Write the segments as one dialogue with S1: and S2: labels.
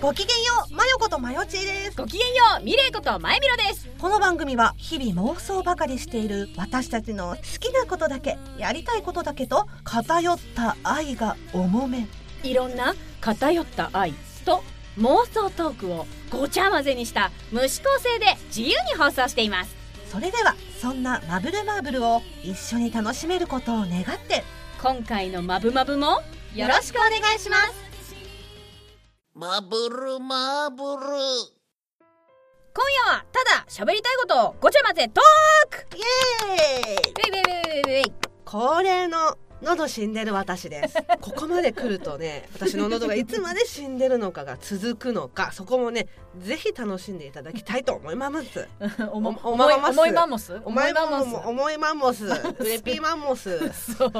S1: ごきげんようマヨことマヨチーです
S2: ごきげんようミレイことまえみろです
S1: この番組は日々妄想ばかりしている私たちの好きなことだけやりたいことだけと偏った愛が重め
S2: いろんな偏った愛と妄想トークをごちゃ混ぜにした無視構成で自由に放送しています
S1: それではそんなマブルマーブルを一緒に楽しめることを願って
S2: 今回のマブマブもよろしくお願いします
S3: マブルマブル
S2: 今夜はただ喋りたいことをごちゃ混ぜトーク
S1: イエーイ
S2: ウェイウェイウェイウェイウェイ
S1: 恒例の喉死んでる私ですここまで来るとね私の喉がいつまで死んでるのかが続くのかそこもねぜひ楽しんでいただきたいと思います
S2: おも
S1: おままます
S2: 重いマンモス
S1: お前マンモ
S2: 重い
S1: ス重いマ
S2: マンモ
S1: ンモスウェピーマンモス
S2: スそう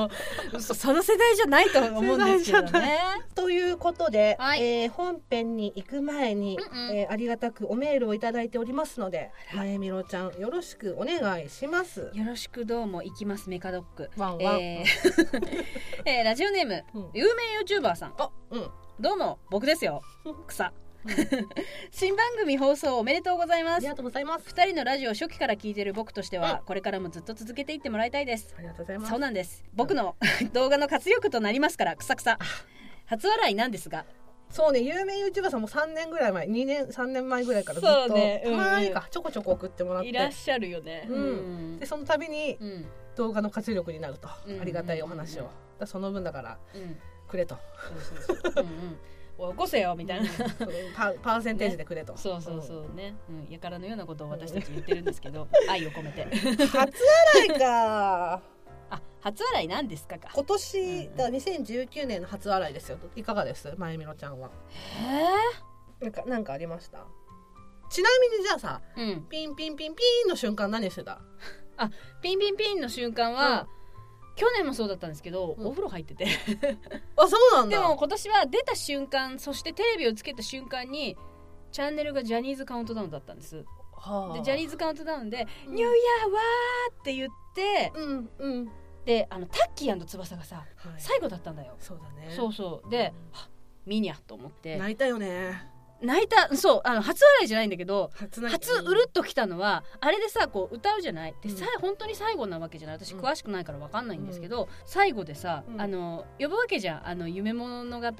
S2: 嘘その世代じゃないと思うんですけど
S1: 世代じゃな
S2: ね
S1: ということで、
S2: はい
S1: えー本編に行く前に、
S2: うんうん
S1: えーありがたくおメールをいただいておりますので、まえみろちゃんよろしくお願いします。
S2: よろしくどうも行きますメカドック
S1: ワンワン、
S2: えーえーラジオネーム
S1: うん
S2: 有名 YouTuber さん
S1: あ、うん、
S2: どうも僕です よ草新番組放送おめでとうござい
S1: あ
S2: ま
S1: り
S2: す
S1: がとうございます。
S2: 二人のラジオを初期から聞いてる僕としては、
S1: う
S2: これからもずっと続けていってもらいたいです
S1: ありがとうございます
S2: そう。なんです僕の 動画の活力となりますからくさくさ初笑いなんですが
S1: そうね、有名ユーチューバーさんも三年ぐらい前、二年、三年前ぐらいからずっ
S2: そう
S1: と、
S2: ねうん
S1: たまにかちょこちょこ送ってもらって、
S2: いらっしゃるよね
S1: うん
S2: うん
S1: でその度に
S2: うん
S1: 動画の活力になると、
S2: うん
S1: ありがたいお話を。だからその分だから
S2: うん
S1: く れと、
S2: そうそうそううんうんおい起こせよみたいな
S1: そのパーパーセンテージでくれと。。
S2: そうそうそううね、うん、やからのようなことを私たち言ってるんですけ ど、愛を込めて。
S1: 初洗いか。
S2: あ、初笑いなんですかか。
S1: 今年
S2: うん
S1: だ2019年の初笑いですよいかがですまゆみろちゃんはなんかなんかありましたちなみにじゃあさ
S2: えー、うん、
S1: ピンピンピンピンの瞬間何してた
S2: ピンピンピンの瞬間は、去年もそうだったんですけど、
S1: うん
S2: お風呂入ってて。
S1: あそうなんだ
S2: でも今年は出た瞬間、そしてテレビをつけた瞬間に。チャンネルがジャニーズカウントダウンだったんです。で
S1: はあ、
S2: ジャニーズカウントダウンで、
S1: うん
S2: ニューイヤーわーって言って、
S1: うんうん、
S2: で、あのタッキー翼がさ、
S1: はい、
S2: 最後だったんだよ。
S1: そうだね
S2: そうそう、で、あミニャと思って。
S1: 泣いたよね
S2: 泣いたそうあの初笑いじゃないんだけど
S1: 初泣き
S2: 初うるっときたのはあれでさこう歌うじゃないでさ
S1: う
S2: 本当に最後なわけじゃない私
S1: うん
S2: 詳しくないから分かんないんですけど、最後でさ、
S1: うん
S2: あの呼ぶわけじゃんあの夢物語だっ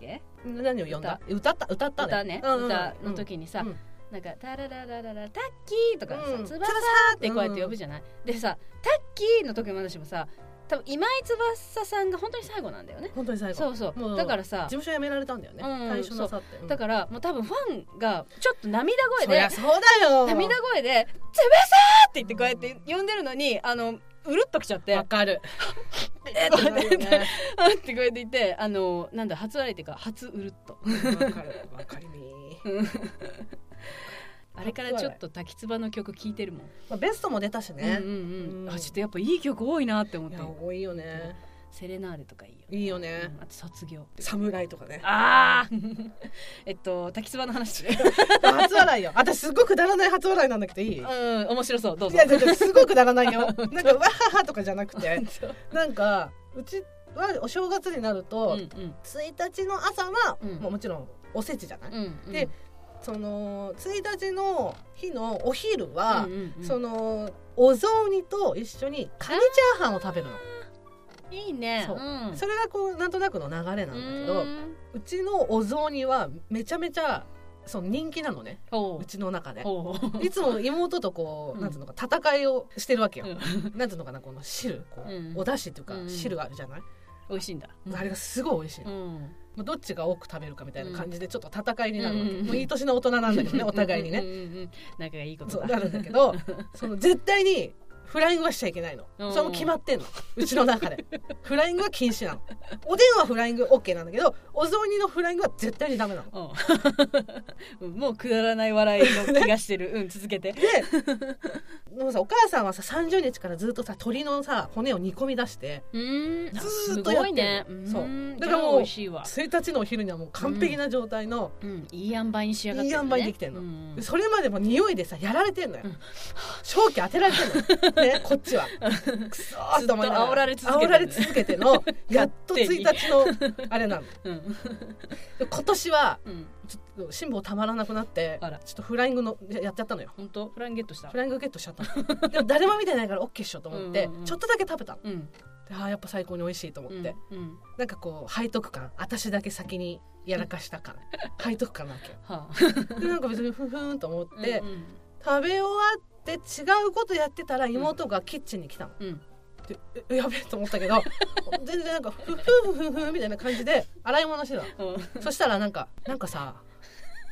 S2: け
S1: 何を呼んだ歌った歌った
S2: 歌ね、
S1: うんうん
S2: 歌の時にさ、
S1: うん
S2: なんか「タラララララタッキー」とかさ
S1: う
S2: 「
S1: ん
S2: 翼」ってこうやって呼ぶじゃない、でさ「タッキー」の時も私もさ多分今井翼さんが本当に最後なんだよね
S1: 本当に最後
S2: そうそう
S1: もう
S2: だからさ
S1: 事務所辞められたんだよね、
S2: うん
S1: 最初なさって、うん
S2: だからもう多分ファンがちょっと涙声
S1: そ
S2: で
S1: りゃそうだよ
S2: 涙声で「つべさー!」って言ってこうやって呼んでるのにあのうるっときちゃって
S1: わか る
S2: えっと
S1: わかるよね
S2: あってこうやって言ってあのなんだ初笑いっていうか初うるっと
S1: わかるわかりみ
S2: あれからちょっと滝つばの曲聴いてるもん、
S1: まあ、ベストも出たしね
S2: うん、うんう
S1: うんん
S2: あちょっとやっぱいい曲多いなって思っ
S1: い
S2: て
S1: や多いよね
S2: セレナーデとかいいよ
S1: いいよね
S2: うんあと卒業
S1: 侍とかね
S2: ああ えっと滝つばの 話
S1: 初笑いよ私すごくくだらない初笑いなんだけどいい
S2: うん面白そうどう
S1: い
S2: ぞ
S1: やだってすごくくだらないよなんかわははとかじゃなくてなんかうちはお正月になる
S2: うんう
S1: と、
S2: ん
S1: 1日の朝は、
S2: うん
S1: もうもちろんおせちじゃない、
S2: うんうん
S1: でその1日の日のお昼
S2: うん
S1: は、
S2: うんうん
S1: そのお雑煮と一緒にカニチャーハンを食べるの、
S2: いいね
S1: そうんそれがこうなんとなくの流れなんだけど、
S2: うーん
S1: うちのお雑煮はめちゃめちゃその人気なのね
S2: ほう
S1: うちの中で
S2: ほう
S1: いつも妹とこ
S2: う
S1: うんなんつうのか戦いをしてるわけよ、
S2: うん
S1: なんつうのかなこの汁こう、
S2: うん
S1: お出汁っていうか
S2: うん
S1: 汁があるじゃない、
S2: 美味しいんだ
S1: あれがすごい美味しい、
S2: う
S1: も
S2: ん
S1: うどっちが多く食べるかみたいな感じでちょっと戦いになるわけ、
S2: うん
S1: もういい年の大人なんだけどねお互いに
S2: うん
S1: ね
S2: うんうんうん仲がいいこと
S1: そう
S2: だ
S1: なるんだけどその絶対にフライングはしちゃいけないの、
S2: うん
S1: それも決まってんのうちの中でフライングは禁止なのおでんはフライング OK なんだけどお雑煮のフライングは絶対にダメなの
S2: うんもうくだらない笑いの気がして るうん続けて
S1: ででもさお母さんはさ30日からずっとさ鳥のさ骨を煮込み出して
S2: うーん
S1: ずーっとやってんの
S2: す
S1: そ
S2: ごいね
S1: うんだからもう
S2: じゃあ美味しいわ
S1: 1日のお昼にはもう完璧な状態の、
S2: うんいい塩梅に仕上がっ
S1: い
S2: てるね
S1: い塩梅にできてんの
S2: うんうん
S1: それまでも匂いでさやられてんのよ、
S2: うん
S1: 正気当てられてんのね、こっ ちはくそーって思いなが
S2: ずっと煽られ続けてる
S1: 煽られ続けてのやっと
S2: 勝手に
S1: 1日のあれなの
S2: うん
S1: で今年は
S2: うん
S1: ちょっと辛抱たまらなくなって
S2: あら
S1: ちょっとフライングのややっちゃったのよ
S2: 本当フライングゲットした
S1: フライングゲットしちゃったのでも誰も見てないから OK っしょと思って、
S2: うんうんうん
S1: ちょっとだけ食べたの
S2: うん
S1: であーやっぱ最高に美味しいと思っ
S2: う
S1: て、
S2: んうん
S1: なんかこう背徳感私だけ先にやらか した感背徳感なわけよ
S2: はあ
S1: でなんか別にふんふんと思って、
S2: うん
S1: 食べ終わって違うことやってたら妹がキッチンに来たの、
S2: うん
S1: でえやべえと思ったけ ど全然なんかふふふふふみたいな感じで洗い物してたの
S2: うんうん
S1: そしたらなんか「なんかさ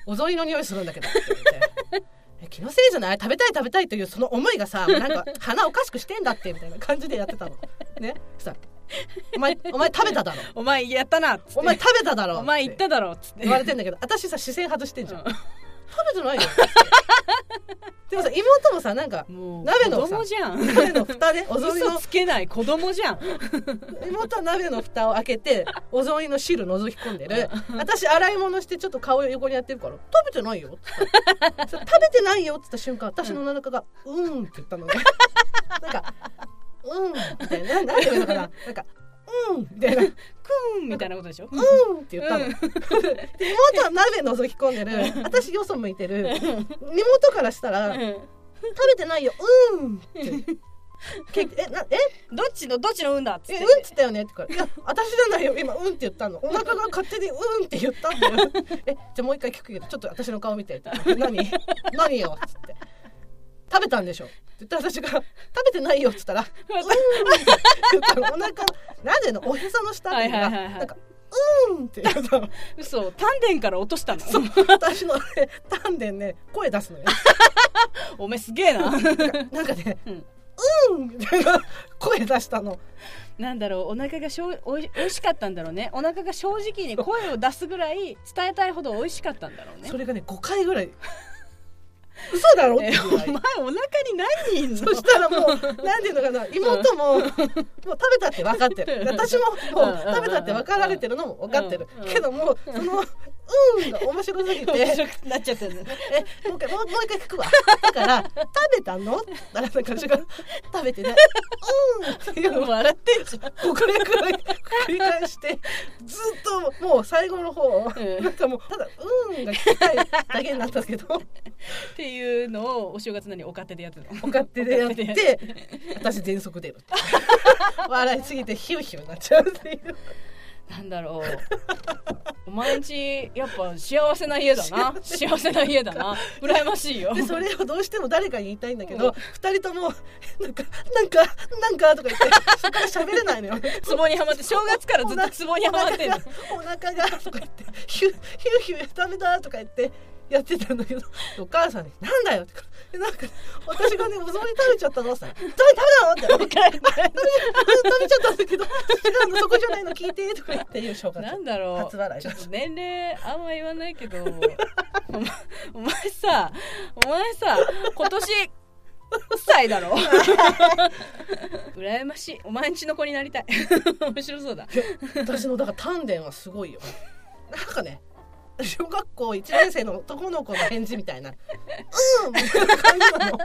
S1: お雑煮の匂いするんだけど」って言って「え気のせいじゃない食べたい食べたい」というその思いがさなんか鼻おかしくしてんだってみたいな感じでやってたのねそしたら「お前お前食べただろ
S2: お前やったなっつって
S1: お前食べただろ」
S2: お前言っただろっつって
S1: 言われてんだけど私さ視線外してんじゃん、
S2: うん
S1: 食べてないよでもさ妹もさなん か
S2: もう
S1: 鍋の
S2: 子
S1: さ
S2: 供じゃん
S1: 鍋の蓋でお雑煮
S2: 嘘
S1: の
S2: つけない子供じゃん
S1: 妹は鍋の蓋を開け てお雑煮の汁覗き込んでる私洗い物してちょっと顔横にやってるから食べてないよって言ったのそう食べてないよって言った瞬間私のお腹が「うん」って言った のねなんか「うん」みたいな何て言うのかななんか「うん」みたいな
S2: クーンみたいなことでしょ
S1: うんって言ったの。
S2: うん
S1: で妹は鍋覗き込んでる。私よそ向いてる。妹からしたら食
S2: う
S1: べてないよ。うんっ て。けえなえ
S2: んどっちのどっちの運だっつっ
S1: え
S2: て
S1: うんっつったよねってからいや私じゃないよ今うんって言ったのお腹が勝手にうんって言ったんだ よえじゃあもう一回聞くけどちょっと私の顔見てって何何よっつって食べたんでしょって言ったら私が食べてないよっつったらうんって言ったのお腹なんでのおへその下っていうのが
S2: はいはいはいはい
S1: なんかうんって言ったの
S2: 嘘丹田から落としたの
S1: 私のね丹田ね声出すのよ
S2: おめえすげえな
S1: なんかね
S2: うん
S1: うんみたいな声出したの
S2: なんだろうお腹がしょうおい美味しかったんだろうねお腹が正直に声を出すぐらい伝えたいほど美味しかったんだろうね
S1: それがね5回ぐらい嘘だろって
S2: えお
S1: いうぐらい
S2: 前お腹に何人いんの
S1: そしたらもうなんていうのかな妹ももう食べたって分かってる私ももう食べたって分かられてるのも分かってる
S2: うんうん
S1: けどもうその「うん」が面白すぎ
S2: 面
S1: て
S2: 白くなっちゃったんだね
S1: 「えもう一回もうもう一回聞くわ」だから「食べたの?」って言ったら私が「食べてない」「うん」っていうのを
S2: 笑ってんじ
S1: 5回くらい繰り返してずっともう最後の方
S2: うん
S1: なんかもうただ「うん」が聞きたいだけになったけど
S2: ゃんっていうのをお正月なにお勝手でやってたの
S1: お勝手でやっ
S2: お勝
S1: て私全速出る 笑いすぎてヒューヒューになっちゃうっていう
S2: なんだろうお前んちやっぱ幸せな家だな幸せな家だな羨ましいよ
S1: でそれをどうしても誰かに言いたいんだけ
S2: うん
S1: ど二人ともなんかなんかなんかとか言ってそこから喋れ ないのよ
S2: 壺にはまって正月からずっと壺にはまってんの
S1: お腹がお腹がとか言ってヒューヒューヒューダメだとか言ってやってたんだけどお母さんに「なんだよ」ってでなんか私がねお雑煮食べちゃったのさ「食べ食べたの?」って
S2: か
S1: 食
S2: ん
S1: べちゃったんだけど違うのそこじゃないの聞いてとか言っていう正月
S2: なんだろう
S1: 初笑い
S2: ちょっと年齢あんま言わな いけどお前お前さお前さ今年1歳だろ 羨ましいお前んちの子になりたい 面白そ うだ
S1: 私のだから丹田はすごいよなんかね小学校1年生の男の子の返事みたいな「うん!」みたいな感じなの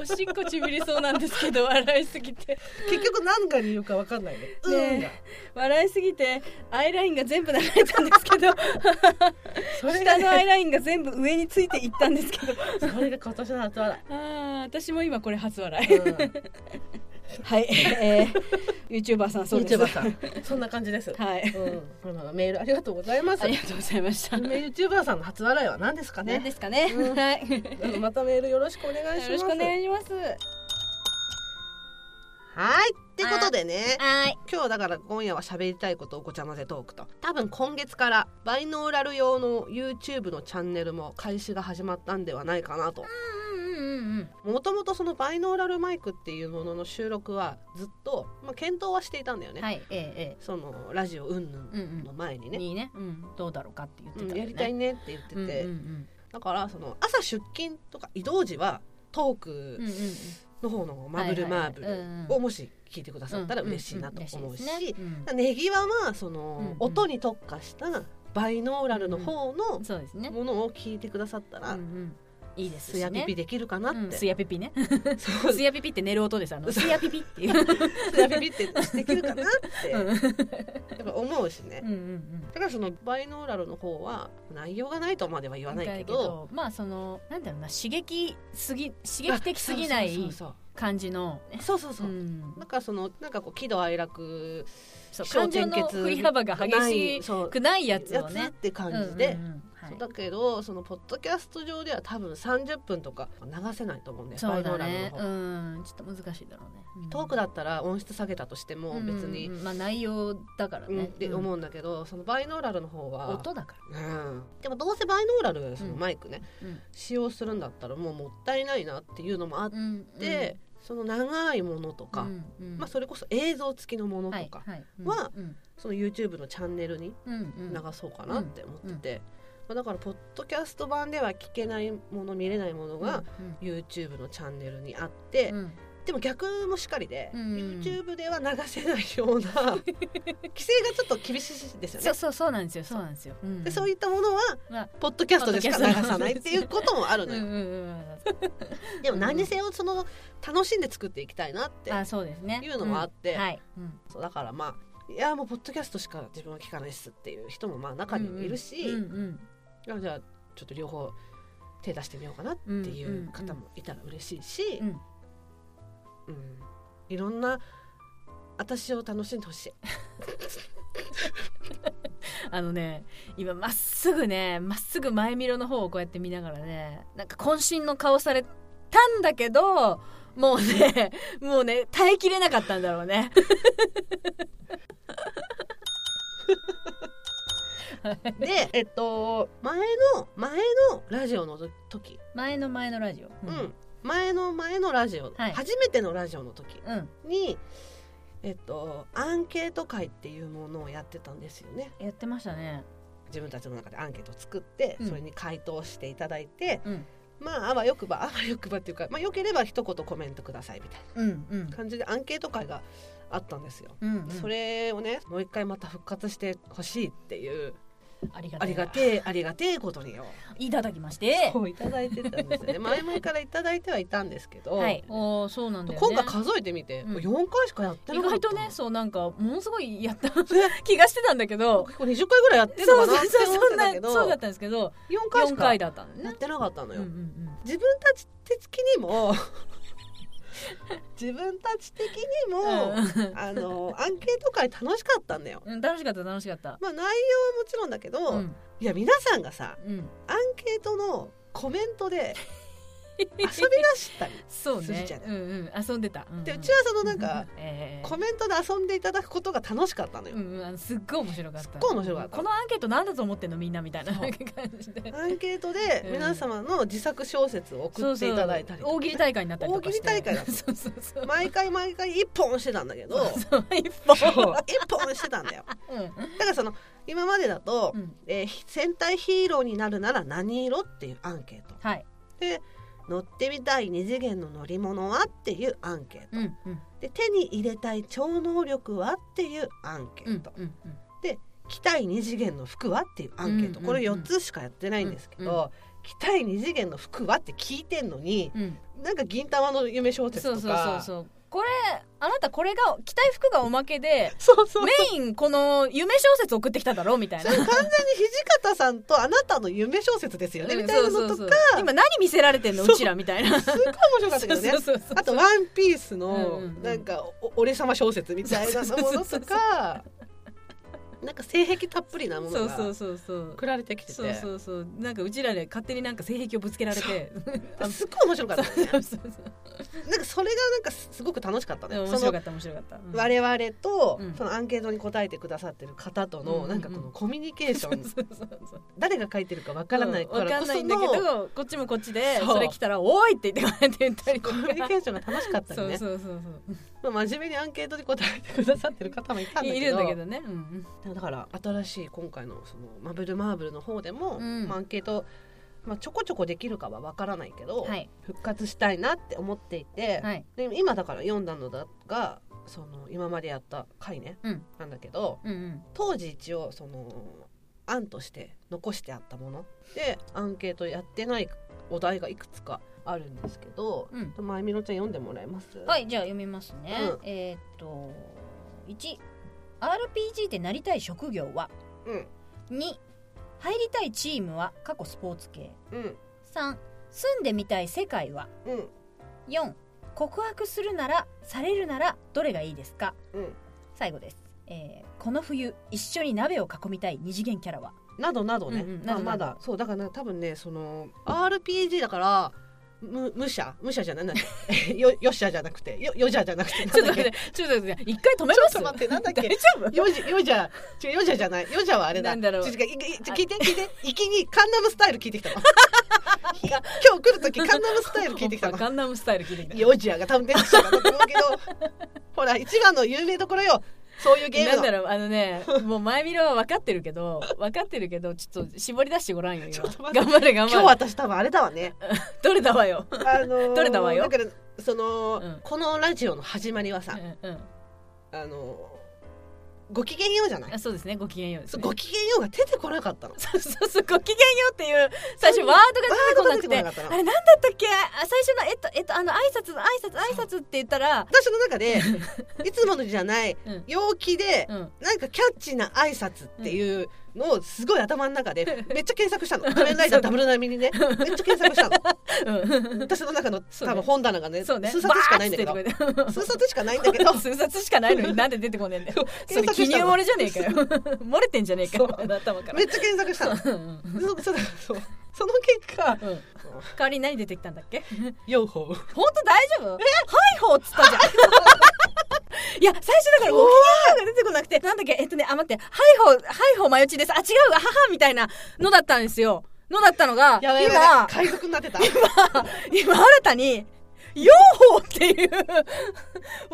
S2: おしっこちびりそうなんですけど笑いすぎて
S1: 結局何が言うか分かんないね「うんが
S2: ね笑いすぎてアイラインが全部流れたんです けど
S1: それが
S2: 下のアイ
S1: ね
S2: ラインが全部上についていったんです けど
S1: それが今年の初笑
S2: あー私も今これ初笑
S1: い、
S2: い、
S1: うん、
S2: はい、えー、YouTuber さん そうです
S1: YouTuber さんそんな感じです、
S2: はい
S1: うん、まあメールありがとうございます
S2: ありがとうございました。
S1: メ YouTuber さんの初笑いは何ですか
S2: 何
S1: ね
S2: ですかね。
S1: うん
S2: はい。よ
S1: うんまたメールよろしくお願いします
S2: ろしくお願いします。
S1: はいってことでね
S2: はい。
S1: 今日だから今夜は喋りたいことをごちゃ混ぜトークと多分今月からバイノーラル用の YouTube のチャンネルも開始が始まったんではないかなと
S2: うんうんうんうん。
S1: もともとそのバイノーラルマイクっていうものの収録はずっと、まあ、検討はしていたんだよね、
S2: はい。ええ
S1: そのラジオうんぬ
S2: ええ。うん
S1: の前に
S2: うん。
S1: ね、
S2: いいね。うん。どうだろうかって言って
S1: う
S2: た
S1: ん
S2: よね。
S1: やりたいねって言ってて、
S2: うんうんうん。
S1: だからその朝出勤とか移動時はトー
S2: うんう
S1: ク
S2: んうん。
S1: の方のマブルマーブ
S2: はいはいはいうんうん
S1: ルをもし聞いてくださったら嬉しいなと思うし、ネギはまあその、
S2: うんうん
S1: 音に特化したバイノーラルの方の
S2: そうですね。
S1: ものを聞いてくださった
S2: う
S1: ら、
S2: んいいです
S1: す
S2: し
S1: や
S2: ね
S1: ピピできるかなっ
S2: うん
S1: て
S2: すやピピね
S1: そう
S2: すやピピって寝る音ですあの
S1: そう
S2: すやピピっていう
S1: すやピピってできるかなって
S2: うん
S1: や
S2: うん
S1: っぱ思うしね
S2: うんうん
S1: だからそのバイノーラルの方は内容がないとまでは言わないけど
S2: まあそのなんだろうな刺激すぎ刺激的すぎな
S1: あ
S2: い
S1: そう
S2: 感じのね
S1: そうそうそうそうそう、
S2: うん
S1: なんかそのなんかこう喜怒哀楽
S2: そう
S1: 起承
S2: 感情の
S1: 転結
S2: 振り幅が激し
S1: そう
S2: くないやつ
S1: や
S2: を
S1: つ
S2: ね
S1: って感じで、
S2: うんうんうんはい
S1: そうだけどそのポッドキャスト上では多分30分とか流せないと思うんだよ
S2: そう
S1: バイノー
S2: だ
S1: ラルの
S2: ね
S1: 方
S2: うんちょっと難しいだろうねうん
S1: トークだったら音質下げたとしても別に、
S2: うんうんうんまあ内容だから
S1: うん
S2: ね
S1: って思うんだけど、そのバイノーラルの方は
S2: 音だから
S1: うん、でもどうせバイノーラルそのマイクね、
S2: うん
S1: 使用するんだったらもうもったいないなっていうのもあっ
S2: うん
S1: て、その長いものとか、
S2: うんうん
S1: まあ、それこそ映像付きのものとか、
S2: はいはいうん
S1: は
S2: うん
S1: その YouTube のチャンネルに
S2: うんうん
S1: 流そうかなって思ってて、まあ、だからポッドキャスト版では聞けないもの見れないものが、
S2: うん
S1: YouTube のチャンネルにあって、
S2: うん
S1: でも逆もしかりで、
S2: うんうん
S1: YouTube では流せないよ うな規制がちょっと厳しいですよ
S2: そ
S1: ね
S2: う。そうそうなんですよそうなんですよ
S1: でそう
S2: い
S1: いったものは、
S2: まあ
S1: ポッドキャストでしか流さないっていうこともある
S2: うん
S1: の
S2: う
S1: よ。
S2: んうん
S1: でも何にせよその楽しんで作っていきたいなって
S2: うんあそうですね
S1: いうのもあって
S2: うんはいうん
S1: そうだからまあいやもうポッドキャストしか自分は聞かないっすっていう人もまあ中にもいるし、
S2: うんうん
S1: あじゃあちょっと両方手出してみようかなっていう方もいたら嬉しいし、
S2: うんうん
S1: うんいろんな私を楽しんでほ しい。
S2: あのね今まっすぐねまっすぐ前見ろの方をこうやって見ながらねなんか渾身の顔されたんだけどもうね もうね耐えきれなかったんだろうね。
S1: でえっと前の前のラジオの時、
S2: 前の前のラジオ。
S1: うん前の前のラジオ、
S2: はい
S1: 初めてのラジオの時
S2: うん。うん
S1: に。えっと、アンケート会っていうものをやってたんですよね
S2: やってましたね。
S1: 自分たちの中でアンケートを作って、
S2: うん
S1: それに回答していただいて、
S2: うん
S1: まああわよくばあわよくばっていうか、まあ、よければ一言コメントくださいみたい
S2: うんうん
S1: な感じでアンケート会があったんですよ。
S2: うんうん。
S1: それをねもう一回また復活してほしいっていう
S2: ありが
S1: ありがてえありがてえことによ
S2: いただきまして。
S1: こういただいてたんですよ ね前々からいただいてはいたんですけど、
S2: はい。おーそうなんだよね。
S1: 今回数えてみて、
S2: うん
S1: 4回しかやって
S2: 意
S1: なかった
S2: 外とねそうなんかものすごいやった
S1: ね
S2: 気がしてたんだけ ど。
S1: 結構20回ぐらいやってるのかな
S2: そ
S1: っ
S2: う
S1: て
S2: そう
S1: 思
S2: そう
S1: っ
S2: そ
S1: てた
S2: んな
S1: け
S2: そう
S1: ど
S2: だったんですけど
S1: 4回し
S2: 四
S1: か
S2: 回だったんだ
S1: やっ
S2: ね。
S1: てなかったの
S2: う
S1: よ、
S2: んうんうん。
S1: 自分たち的にも 自分たち的にも、
S2: う
S1: あのアンケート会楽しかったんだよ。
S2: ん、うん楽しかった楽しかった。
S1: まあ内容はもちろんだけど、
S2: うん
S1: いや皆さんがさ
S2: うん、
S1: アンケートのコメントで遊び出したり
S2: そう
S1: する
S2: ね
S1: じゃ。な
S2: うんうん遊んでた。
S1: でうちはその
S2: の
S1: なんか、
S2: ええ
S1: コメントで遊んでいただくことが楽しかったのよ
S2: う。んうんあのすっごい面白かった。
S1: すっごい面白かった
S2: このアンケートなんだと思ってんのみんなみたいな
S1: そう
S2: 感じで。
S1: アンケートで
S2: うん
S1: 皆様の自作小説を送っていただいたりと
S2: そうそ
S1: か
S2: う大喜
S1: ね、
S2: 利大会になったりとかして。
S1: 大喜利大会だった
S2: そうそう そう。
S1: 毎回毎回一本してたんだけど
S2: そう一
S1: そう
S2: 本。
S1: 一本してたんだよ。
S2: うん
S1: だからその今までだと、
S2: うん
S1: えー戦隊ヒーローになるなら何色っていうアンケート
S2: はい。
S1: で乗ってみたい二次元の乗り物はっていうアンケート
S2: うんうん
S1: で手に入れたい超能力はっていうアンケ
S2: う
S1: ー
S2: ん
S1: ト、
S2: うん
S1: 着たい二次元の服はっていうアンケート、
S2: うん
S1: これ
S2: うんうん
S1: 4つしかやってないんですけど、
S2: うんう
S1: 着たい二次元の服はって聞いてんのに
S2: うんうん。
S1: なんか銀玉の夢小説
S2: そう
S1: と
S2: そうそう
S1: か
S2: そう。これあなたこれが着たい服がおまけで。
S1: そうそう
S2: メインこの夢小説送ってきただろみたい
S1: そ
S2: な
S1: れ。完全に土方さんとあなたの夢小説ですよね、みたいなのとか
S2: うんそうそうそう今何見せられてんのうちらみたいな
S1: すっごい面白かったけどね
S2: そうそうそう
S1: あと「ワンピースの
S2: うんうんうん
S1: なんかお「俺様小説」みたいなもの
S2: そうそうそう
S1: とかなんか性癖たっぷりなも
S2: そ
S1: の
S2: うそう
S1: が
S2: そうそう
S1: 送られてきてて
S2: そうそうそうなんかうちらで勝手になんか性癖をぶつけられてあの
S1: すっごい面白かったよね
S2: そうそうそう
S1: なんかそれがなんかすごく楽しかった
S2: で
S1: ね
S2: も面
S1: そ
S2: 白か
S1: の
S2: った面白かった、うん
S1: 我々と
S2: うん
S1: そのアンケートに答えてくださってる方と
S2: うんうんう
S1: の
S2: ん
S1: なんかこのコミュニケーシ
S2: そ
S1: ョ
S2: う
S1: ン
S2: そうそうそう
S1: 誰が書いてるかわからないから
S2: わか
S1: こ
S2: んな
S1: そ
S2: いんだけ
S1: の
S2: どこっちもこっちで
S1: そう
S2: それ来たら「おい!」って言ってこうやって言ったりと
S1: コ
S2: か
S1: ミュニケーションが楽しかった
S2: そ
S1: り
S2: う
S1: ね
S2: そうそうそう
S1: まあ真面目にアンケートに答えてくださってる方もいたんだ
S2: い
S1: け
S2: るんだ
S1: ど
S2: けどね、うん
S1: だから新しい今回のそのマブルマーブルの方でも、
S2: うん
S1: まあアンケート、まあ、ちょこちょこできるかはわからないけど、
S2: うん、はい
S1: 復活したいなって思っていて、
S2: はい
S1: で今だから読んだのだがその今までやった回ね、
S2: うん
S1: なんだけど
S2: うんうん
S1: 当時一応その案として残してあったものでアンケートやってないお題がいくつかあるんですけど、
S2: うん
S1: ちょっとまゆみろちゃん読んでもらえます
S2: はいじゃあ読みますね、
S1: うん
S2: えーっと 1RPG でなりたい職業は
S1: うん
S2: 2入りたいチームは過去スポーツ系
S1: うん
S2: 3住んでみたい世界は
S1: うん
S2: 4告白するならされるならどれがいいですか
S1: うん
S2: 最後です、えーこの冬一緒に鍋を囲みたい二次元キャ ラは
S1: などなどね、
S2: うんうん
S1: まあ、
S2: などなど
S1: まだそうだから、ね、多分ねその RPG だからむ無者無者じゃないなんだ よよっしゃじゃなくてよよじゃじゃなくてなんだっけ
S2: てちょっと待って一回止めま
S1: ちょっと待ってなんだっけ
S2: 丈
S1: よじよじゃ違うよじゃじゃないよじゃはあれだ
S2: なんだろう
S1: 違違いいちょ聞いて聞いていきにカンナムスタイル聞いてきたのひ今日来る時カンナムスタイル聞いてきたの
S2: ガンナムスタイル聞いてきた
S1: よじやが多分出てきたんだと思うけどほら一番の有名どころよそういうゲーム
S2: なん
S1: の
S2: だろうあの ねもう前見ろは分かってるけど分かってるけどちょっと絞り出してごらんよ
S1: ち
S2: 今
S1: ょっと待って
S2: 頑張れ頑
S1: 今
S2: 張
S1: 日
S2: れ
S1: 私多分あれだわね
S2: どれだわよ、
S1: あのー
S2: どれだわよ
S1: だからその、
S2: うん
S1: このラジオの始まりはさ、
S2: うんうん、
S1: あのーご機嫌ようじゃない
S2: あそうですねご きげんようです、
S1: そう
S2: ね、
S1: ご機嫌ようが出てこなかったの
S2: そうそうそうごきげんようっていう最初ワードが出てこな
S1: ワードが出てこなか
S2: く
S1: ってた
S2: あ
S1: な
S2: れなんだったっけあ最初のえっとえっとあの挨拶挨拶挨拶って言ったら
S1: 私の中 でいつものじゃない
S2: うん
S1: 陽気で、
S2: うん
S1: なんかキャッチーな挨拶っていうのをすごい頭の中でめっちゃ検索した の「仮面ライダーダブル並み」にねめっちゃ検索したの
S2: うん
S1: 私の中の
S2: そうね
S1: 多分本棚がね
S2: そうね
S1: 数冊しかないんだけど
S2: バーッつってこ
S1: 数 冊しかないんだけど
S2: 数冊しかないのになんで出てこねえんだよそれ
S1: 検索
S2: 記
S1: した
S2: 入
S1: の
S2: 漏れじゃねえかよ 漏れてんじゃねえかよ
S1: そう
S2: あの頭から
S1: めっちゃ検索したの
S2: うんうんうん
S1: そうそうそうその結果
S2: 代わりに何出てきたんだっけ
S1: 「ヨーホー
S2: 本当大丈夫はいほうっつったじゃん いや最初だからご機嫌ようが出てこなくてなんだっけえっとねあ待ってはいほうはいほうまよちですあ違うがははみたいなのだったんですよのだったのが」
S1: やばいやばい
S2: 今
S1: 海賊になってた
S2: 今新たにヨーホーっていう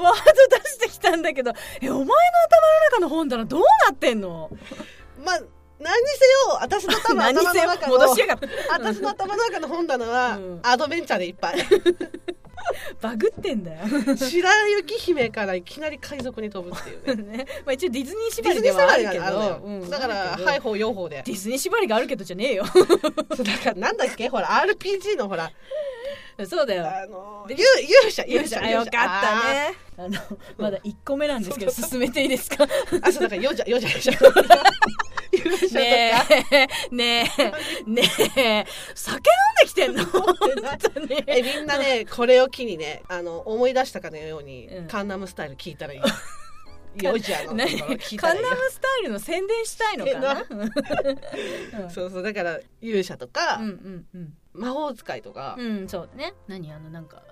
S2: ワード出してきたんだけどえお前の頭の中の本棚どうなってんの
S1: まあ何にせよ私の多分
S2: 何
S1: 頭
S2: せ
S1: の
S2: よ
S1: 中の
S2: 戻しやがって
S1: 私の頭の中の本棚は、
S2: うん
S1: アドベンチャーでいっぱい
S2: バグってんだよ、
S1: 白雪姫からいきなり海賊に飛ぶっていうね
S2: ねまあ、一応ディズニー
S1: デ
S2: 縛
S1: ィズ
S2: り
S1: ニ
S2: で
S1: ー
S2: はあ
S1: サ
S2: る
S1: があ
S2: け
S1: る
S2: ど
S1: のよ、
S2: うん
S1: だから
S2: あるけど
S1: はいほう用法で
S2: ディズニー縛りがあるけどじゃねえよ
S1: そうだからなんだっけほら RPG のほら
S2: そうだよ
S1: あの
S2: で
S1: 勇勇者
S2: よっしゃよかった
S1: あ
S2: ねあのまだ1個目なんですけど
S1: そうそう
S2: 進めていいです かね
S1: ーあそうだから勇者勇者勇者勇者とか
S2: えねえねえ酒飲んできてんの本当に
S1: えみんなねこれを機にねあの思い出したかのように、
S2: うん
S1: カンナムスタイル聞いたらいいヨジャのと
S2: 何
S1: ころ聞い
S2: カ
S1: た
S2: ン
S1: らいいよ
S2: ナムスタイルの宣伝したいのかなうん
S1: そうそうだから勇者とか、
S2: うんうん
S1: 魔法使いとか、
S2: うんうんそうね何あのなんか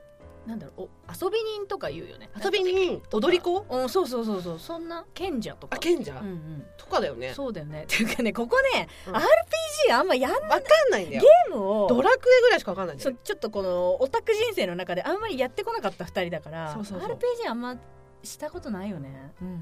S2: なんだろうお遊び人とか言うよね
S1: 遊び人踊り子
S2: うんそうそうそうそうそんな賢者とか
S1: あ賢者、
S2: うんうん
S1: とかだよね
S2: そうだよねっていうかねここね
S1: うん
S2: RPG あんまやんゲ
S1: わかんないんだよ
S2: ームを
S1: ドラクエぐらいしかわかんないんだ
S2: そ
S1: よ
S2: うちょっとこのオタク人生の中であんまりやってこなかった2人だから
S1: そうそうそう
S2: RPG あんましたことないよね、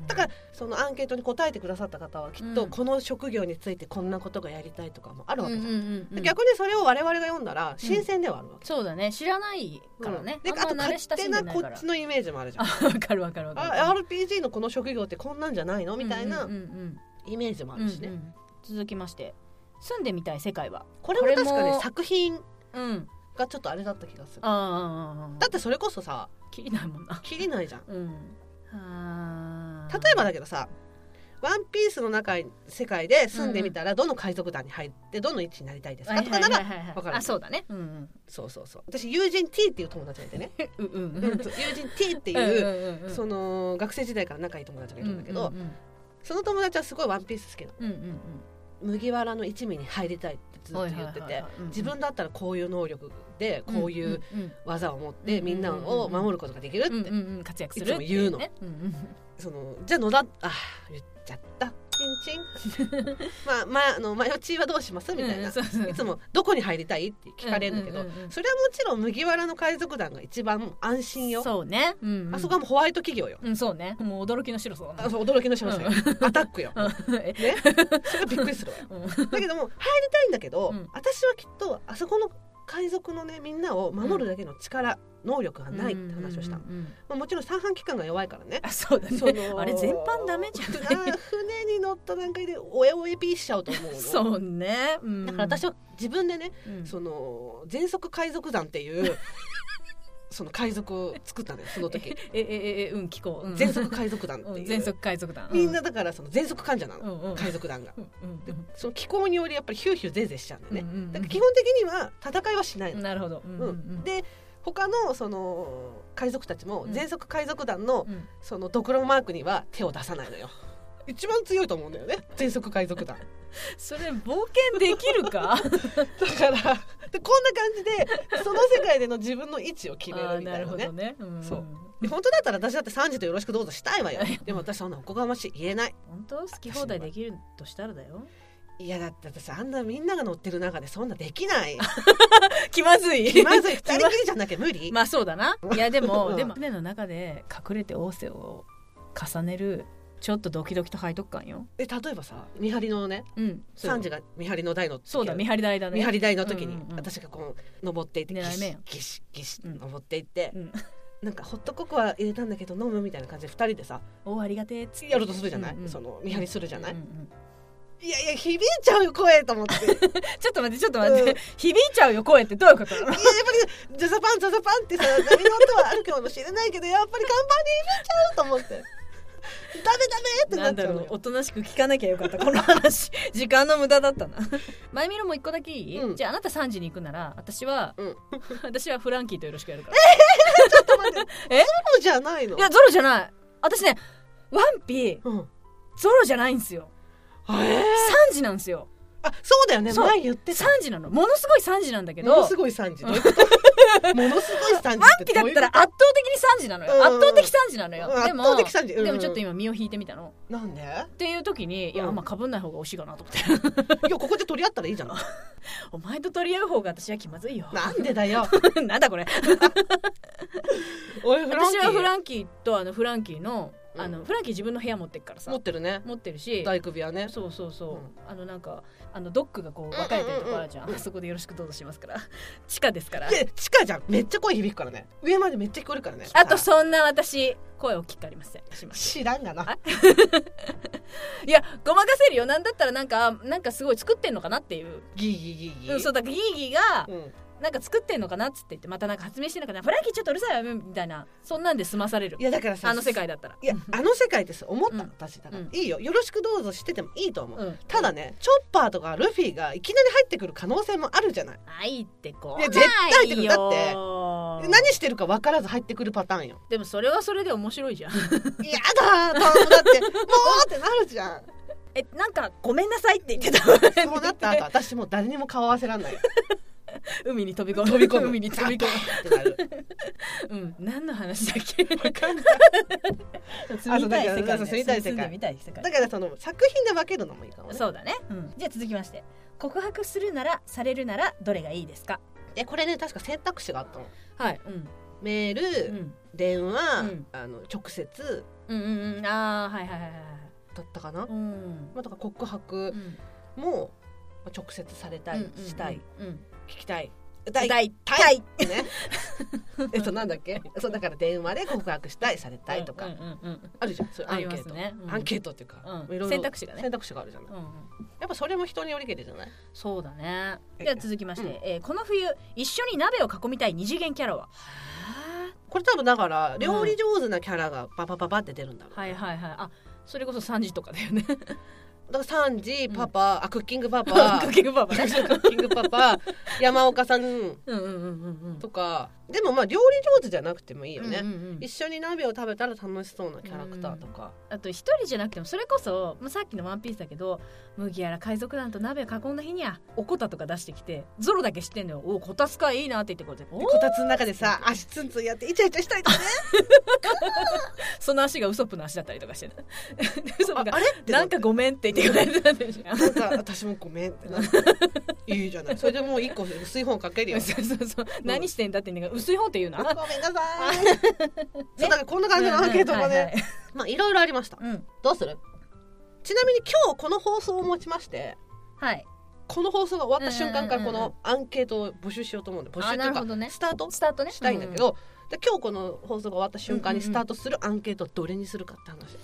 S1: だからそのアンケートに答えてくださった方はきっ
S2: う
S1: と
S2: ん
S1: この職業についてこんなことがやりたいとかもあるわ
S2: う
S1: け
S2: んう
S1: じゃ
S2: ん
S1: ん、
S2: うんうん
S1: 逆にそれを我々が読んだら新鮮ではあるわけ、
S2: そうだね知らないから
S1: う
S2: ね、
S1: んであ
S2: あ
S1: と
S2: んま慣
S1: 勝
S2: れ親し
S1: 手
S2: んで
S1: ないこ
S2: から
S1: っちのイメージもあるじゃん
S2: あわかるわかるわかる
S1: あ RPG のこの職業ってこんなんじゃないの
S2: うん
S1: みたいな
S2: うんうん
S1: イメージもあ
S2: うんうん
S1: るしね、
S2: うんうん続きまして住んでみたい世界は
S1: これも確
S2: こ
S1: か
S2: れ
S1: ね
S2: も
S1: 作品
S2: うん
S1: がちょっとあれだった気がする
S2: ああ
S1: だってそれこそさ
S2: 切りないもんな
S1: 切りないじゃん
S2: うんあー
S1: 例えばだけどさ「ワンピースの中世界で住んでみたらどの海賊団に入ってどの位置になりたいですかとかな
S2: は
S1: ら
S2: いはいはいはい
S1: わかる
S2: あそうだねうんうん
S1: そうそうそう私友人 T っていう友達がいてね
S2: うんうんうん
S1: 友人 T って
S2: うん
S1: いう
S2: うんうん
S1: その学生時代から仲いい友達がいるんだけど
S2: うんうん
S1: その友達はすごい「ワンピース好きなの
S2: うんうんうん
S1: 麦わらの一味に入りたいってずっと言って
S2: はいはい
S1: て
S2: はいはいうん
S1: 自分だったらこういう能力でこういう技を持って
S2: うん
S1: みんなを守ることができる
S2: う
S1: っ
S2: んう
S1: て
S2: んうんうん活躍するってい
S1: いつも言うの
S2: ねうんうん
S1: そのじゃあ野田あ言っちゃったチンチン まあまああのマヨチーはどうしますみたい
S2: うんう
S1: なん
S2: そうそう
S1: いつもどこに入りたいって聞かれるんだけど、
S2: ううううん
S1: それはもちろん麦わらの海賊団が一番安心よ
S2: そうねうんうん
S1: あそこはもうホワイト企業よ、
S2: うんそうねもう驚きの白さだ
S1: あ
S2: ね
S1: そう驚きのしましたよ、アタックよ、
S2: う
S1: ね
S2: んえ
S1: それびっくりするわよ
S2: うん
S1: だけども入りたいんだけど、
S2: うん
S1: 私はきっとあそこの海賊のねみんなを守るだけの力、能力がないって話をしたの、
S2: うんうんうんうん
S1: まあ、もちろん三半規管が弱いからね
S2: あそうだ
S1: そ
S2: ね
S1: の
S2: あれ全般ダメじゃない
S1: あー船に乗った段階でおえおえピーしちゃうと思うの
S2: そうね、うん
S1: だから私は自分でね、
S2: うん
S1: その全速海賊団っていう その海賊を作ったのよその時
S2: ええええうん聞こう、うん、
S1: 全速海賊団って
S2: う
S1: い
S2: ん
S1: う
S2: 全速海賊団
S1: みんなだからその全速患者な
S2: うん
S1: の、
S2: うん
S1: 海賊団が
S2: うんうんうん
S1: その気候によりやっぱりヒューヒューゼーゼーしちゃうんだよね、
S2: うんうんうん
S1: だから基本的には戦いはしないの、
S2: なるほど、うんうんうん、
S1: で他のその海賊たちも
S2: うん
S1: 全速海賊団の
S2: うん
S1: そのドクロマークには手を出さないの よ一番強いと思うんだよね全速海賊団
S2: それ冒険できる
S1: だから
S2: か
S1: でこんな感じでその世界での自分の位置を決め
S2: あ
S1: る
S2: ー
S1: みた
S2: ないる
S1: な
S2: ほ
S1: ね
S2: どね、うん、
S1: そうで本当だったら私だって3時とよろしくどうぞしたいわよでも私そんなおこがましい言えない
S2: 本当好き放題できるとしたらだよ
S1: いやだって私あんなみんなが乗ってる中でそんなでき ない
S2: 気まず い
S1: 気まずい二人きりじゃなきゃ無理、
S2: まあそうだ ないやでも、
S1: うん
S2: でも船の中で隠れて仰せを重ねるちょっとドキドキと背徳感よ
S1: え例えばさ見張りのね
S2: うんそう
S1: 3時が見張りの台の時
S2: そうだ見張り台だね
S1: 見張り台の時に、
S2: うんうんうん
S1: 私がこう登っていってギ
S2: 狙い目
S1: シ
S2: や
S1: ギシギシ
S2: うん
S1: 登っていって、
S2: うん
S1: なんかホットココア入れたんだけど飲むみたいな感じで2人でさ
S2: おありがてえっつって
S1: やるとするじゃない、
S2: うんうん
S1: その見張りするじゃない、
S2: うんうん
S1: いやいや響いちゃうよ声と思 っていややっぱ
S2: ちょっと待ってちょっと待って、
S1: うん
S2: 響いちゃうよ声ってどういうことなの
S1: りザザパンザザパンってさ波の音はあるかもしれないけどやっぱり看板に響いちゃうと思ってダメダメ
S2: な
S1: ってなっ
S2: ん
S1: ち
S2: だ
S1: ゃう
S2: ろ
S1: の
S2: う
S1: よ
S2: おとなしく聞かなきゃよかったこの 話時間の無駄だったな前見ろもう一個だけいい、
S1: うん
S2: じゃああなた3時に行くなら私は、
S1: うん
S2: 私はフランキーとよろしくやるから
S1: ちょっと待って
S2: え
S1: そうじゃないの
S2: いやゾロじゃない私ねワンピ
S1: うん
S2: ゾロじゃないんですよ
S1: あえー
S2: 3時なんですよ
S1: あそうだよね
S2: そう
S1: 前言って
S2: で
S1: た
S2: 3時なのものすごい3時なんだけど
S1: も
S2: ワ
S1: の
S2: ン
S1: すごい3時どういうこと ものすごい3時って
S2: ピだ
S1: どう
S2: っ
S1: いう
S2: たら
S1: こ
S2: 圧倒的に3時なのよ、
S1: うんうん
S2: 圧倒的3時なのよ、
S1: うん
S2: でも
S1: 圧倒的3時うんうん
S2: でもちょっと今身を引いてみたの
S1: となんでいや
S2: っていう時にいや、
S1: うん
S2: まあかぶんない方が惜しいかなと思って
S1: ここで取り合ったらいいじゃん
S2: お前と取り合う方が私は気まずいよ
S1: なんでだよ
S2: なんだこれ
S1: おいフラン
S2: 私
S1: キー
S2: はフランキーとあのフランキーの,、
S1: うん
S2: あのフランキー自分の部屋持ってっからさ
S1: 持ってるね
S2: 持ってるし
S1: 大首はね
S2: そうそうそう、
S1: うん
S2: あのなんかあのドックがこう分かれてるとこあるじゃん,、
S1: うんうんうんうん
S2: あそこでよろしくどうぞしますから 地下ですから
S1: で地下じゃんめっちゃ声響くからね上までめっちゃ聞こえるからね
S2: あとそんな私声大きくありませんします
S1: 知らんがな
S2: あいやごまかせるよなんだったらなんかなんかすごい作ってんのかなっていう、
S1: ギーギーギーギー
S2: うん、そうだからギーギーが
S1: うん
S2: なんか作ってんのかなっつって言ってまたなんか発明してんのかなフランキーちょっとうるさいわみたいなそんなんで済まされる
S1: いやだからさ
S2: あの世界だったら
S1: いやあの世界です思ったの
S2: うん
S1: 私だから
S2: うん
S1: いいよよろしくどうぞしててもいいと思
S2: う
S1: うんただねチョッパーとかルフィがいきなり入ってくる可能性もあるじゃない
S2: 入ってこ
S1: いや
S2: ないよ
S1: 絶対入ってくるだ何してるか分からず入ってくるパターンよ
S2: でもそれはそれで面白いじゃん
S1: やだー頼むだってもうってなるじゃ ん
S2: えなんかごめんなさいって言ってた
S1: そうなった後 私もう誰にも顔合わせらんないよ
S2: 海に飛び込む
S1: 飛び込む
S2: 海に飛び込
S1: ってなる
S2: むうん何の話だっ け
S1: わかんない
S2: 住みたい世界だよ
S1: そう住みたい世界
S2: 住んでみたい世界
S1: だからその作品で分けるのもいいかもね
S2: そうだね、じゃあ続きまして告白するならされるならどれがいいですか
S1: えこれね確か選択肢があったの
S2: はいうん
S1: メール、
S2: うん
S1: 電話、
S2: うん
S1: あの直接
S2: うんうんうんああはいはいはいはい
S1: だったかな、ま
S2: うん
S1: あ、だから告白もまあ直接されたい、したい、
S2: うん、
S1: 聞きたい歌
S2: 痛
S1: い
S2: い痛い
S1: たいって ねえっとなんだっけそうだから電話で告白したいされたいとか、
S2: うんうんうん
S1: あるじゃんそういうア
S2: あ
S1: ン
S2: りま
S1: ケー
S2: す
S1: ト、
S2: ね、うん
S1: アンケートっていうか、
S2: うん
S1: まあいろいろ
S2: 選択肢がね
S1: 選択肢があるじゃない
S2: うんうん
S1: やっぱそれも人によりけりじゃない
S2: そうだね
S1: え
S2: では続きまして、
S1: うん
S2: えーこの冬一緒に鍋を囲みたい二次元キャラは
S1: これ多分だから料理上手なキャラがパパパパって出るんだろう、
S2: はいはいはいあそれこそ3時とかだよね
S1: だからサンジパパ、あクッキングパ パ
S2: クッキングパ パ
S1: ク
S2: ね
S1: ッキングパパ山岡さん
S2: うんうんうんうん
S1: とかでもまあ料理上手じゃなくてもいいよ
S2: うん
S1: ね、
S2: うんうんうん
S1: 一緒に鍋を食べたら楽しそうなキャラクターとか、
S2: あと一人じゃなくてもそれこそ、まあ、さっきの「ワンピースだけど麦やら海賊団と鍋を囲んだ日にはおこたとか出してきてゾロだけ知ってんのよ「おこたつかいいな」って言ってこうやって
S1: で
S2: お
S1: こたつの中でさ足ツンツンやってイチャイチャしたいとかね
S2: その足がウソップの足だったりとかしてね でウソッ
S1: あ
S2: プが
S1: あれっ
S2: 「
S1: て
S2: なんかごめん」って言ってくれてたんでしょ
S1: なんか私もごめんってなっていいじゃないそれでもう一個薄い本かけ るよ
S2: そうそうそう何してんだって言うんだけど薄い方って言う
S1: ご
S2: な
S1: めんなさ いそうだからこんな感じのアンケートがね、
S2: うんはいはい
S1: まあいろいろありました
S2: うん
S1: どうするちなみに今日この放送をもちまして
S2: はい
S1: この放送が終わった瞬間から
S2: うん
S1: こ
S2: うんうんうん
S1: のアンケートを募集しようと思うんで募集
S2: あ
S1: とい
S2: な
S1: う
S2: る
S1: か、
S2: ほどね
S1: スタート
S2: スタートね
S1: したいんだけ
S2: う
S1: ど、で今日この放送が終わった瞬間に
S2: うんう
S1: ス
S2: んうん
S1: タートするアンケートをどれにするかって話、
S2: ん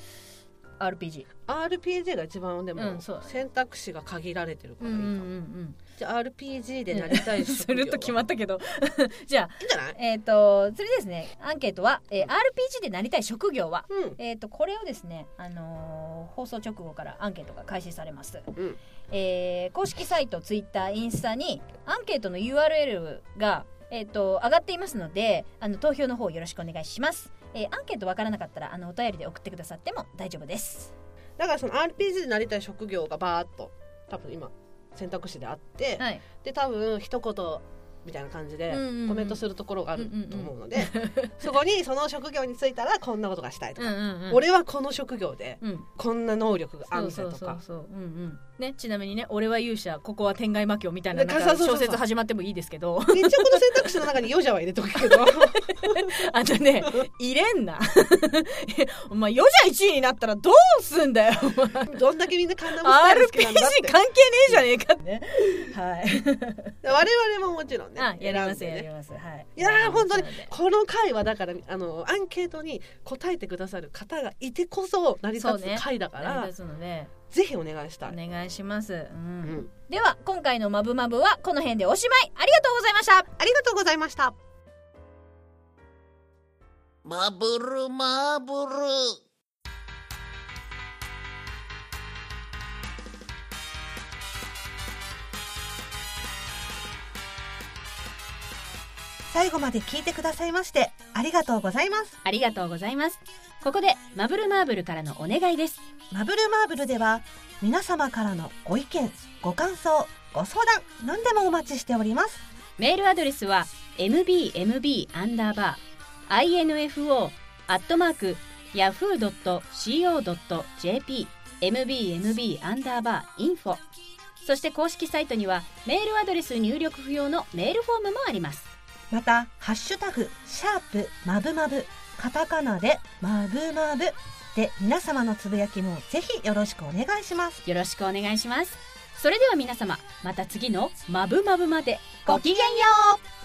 S2: RPG
S1: RPG が一番でも、
S2: うんそうだね
S1: 選択肢が限られてるか
S2: う
S1: ら
S2: ん
S1: いいうか
S2: ん
S1: も、
S2: うん
S1: じゃあ RPG でなりた
S2: う
S1: い
S2: ん
S1: 職
S2: す
S1: 業は
S2: ると決まったけど じゃあ
S1: いいんじゃない
S2: えっ、とそれでですねアンケートは、えー RPG でなりたい職業は
S1: うん
S2: えー、とこれをですね、あのー放送直後からアンケートが開始されます、
S1: うん
S2: えー公式サイトツイッターインスタにアンケートの URL が、えー、と上がっていますのであの投票の方よろしくお願いします、えーアンケートわからなかったらあのお便りで送ってくださっても大丈夫です
S1: だからその RPG でなりたい職業がバーっと多分今選択肢であって、
S2: はい
S1: で多分一言みたいな感じで
S2: うんうんうん
S1: コメントするところがあると思うので、 そこにその職業に就いたらこんなことがしたいと
S2: う
S1: か、
S2: んうんうん
S1: 俺はこの職業で
S2: うん
S1: こんな能力があ
S2: そ
S1: るぜと
S2: うそ
S1: か
S2: うそうそう、うんうんね、ちなみにね「俺は勇者ここは天外魔境」みたいな
S1: で
S2: なん
S1: そう
S2: か
S1: そうそう
S2: 小
S1: そう
S2: 説始まってもいいですけど
S1: で一応この選択肢の中に「よじゃ」は入れとくけ ど
S2: あのね入れんな お前ヨジャ1位になったらどうすんだよお前
S1: どんだけみんなカンナムスタイル
S2: RPG
S1: 好きなん だって
S2: 関係ねえじゃねえかってね。 はい。
S1: 我々ももちろんね
S2: あ、やります、
S1: 選ん
S2: や
S1: で
S2: り
S1: ね
S2: ます。はい。
S1: いやー本当に
S2: なので
S1: この回はだからあのアンケートに答えてくださる方がいてこそ成り立つ回だから、
S2: 成り立つので、
S1: ぜひお願いしたい。
S2: お願いします。う。
S1: うんん
S2: では、今回のマブマブはこの辺でおしまい。ありがとうございました。
S1: ありがとうございました。
S3: まぶるまぶる
S4: 最後まで聞いてくださいましてありがとうございます
S2: ありがとうございます。ここで、マブルマーブルからのお願いです。
S4: マブルマーブルでは皆様からのご意見ご感想ご相談何でもお待ちしております
S2: メールアドレスは mbmb アンダーバー info アットマーク yahoo.co.jp mbmb アンダーバー info そして公式サイトにはメールアドレス入力不要のメールフォームもあります
S4: また「ハッシュタグシャープまぶまぶ」カタカナで「まぶまぶ」で皆様のつぶやきもぜひよろしくお願いします
S2: よろしくお願いしますそれでは皆様また次の「まぶまぶ」までごきげんよう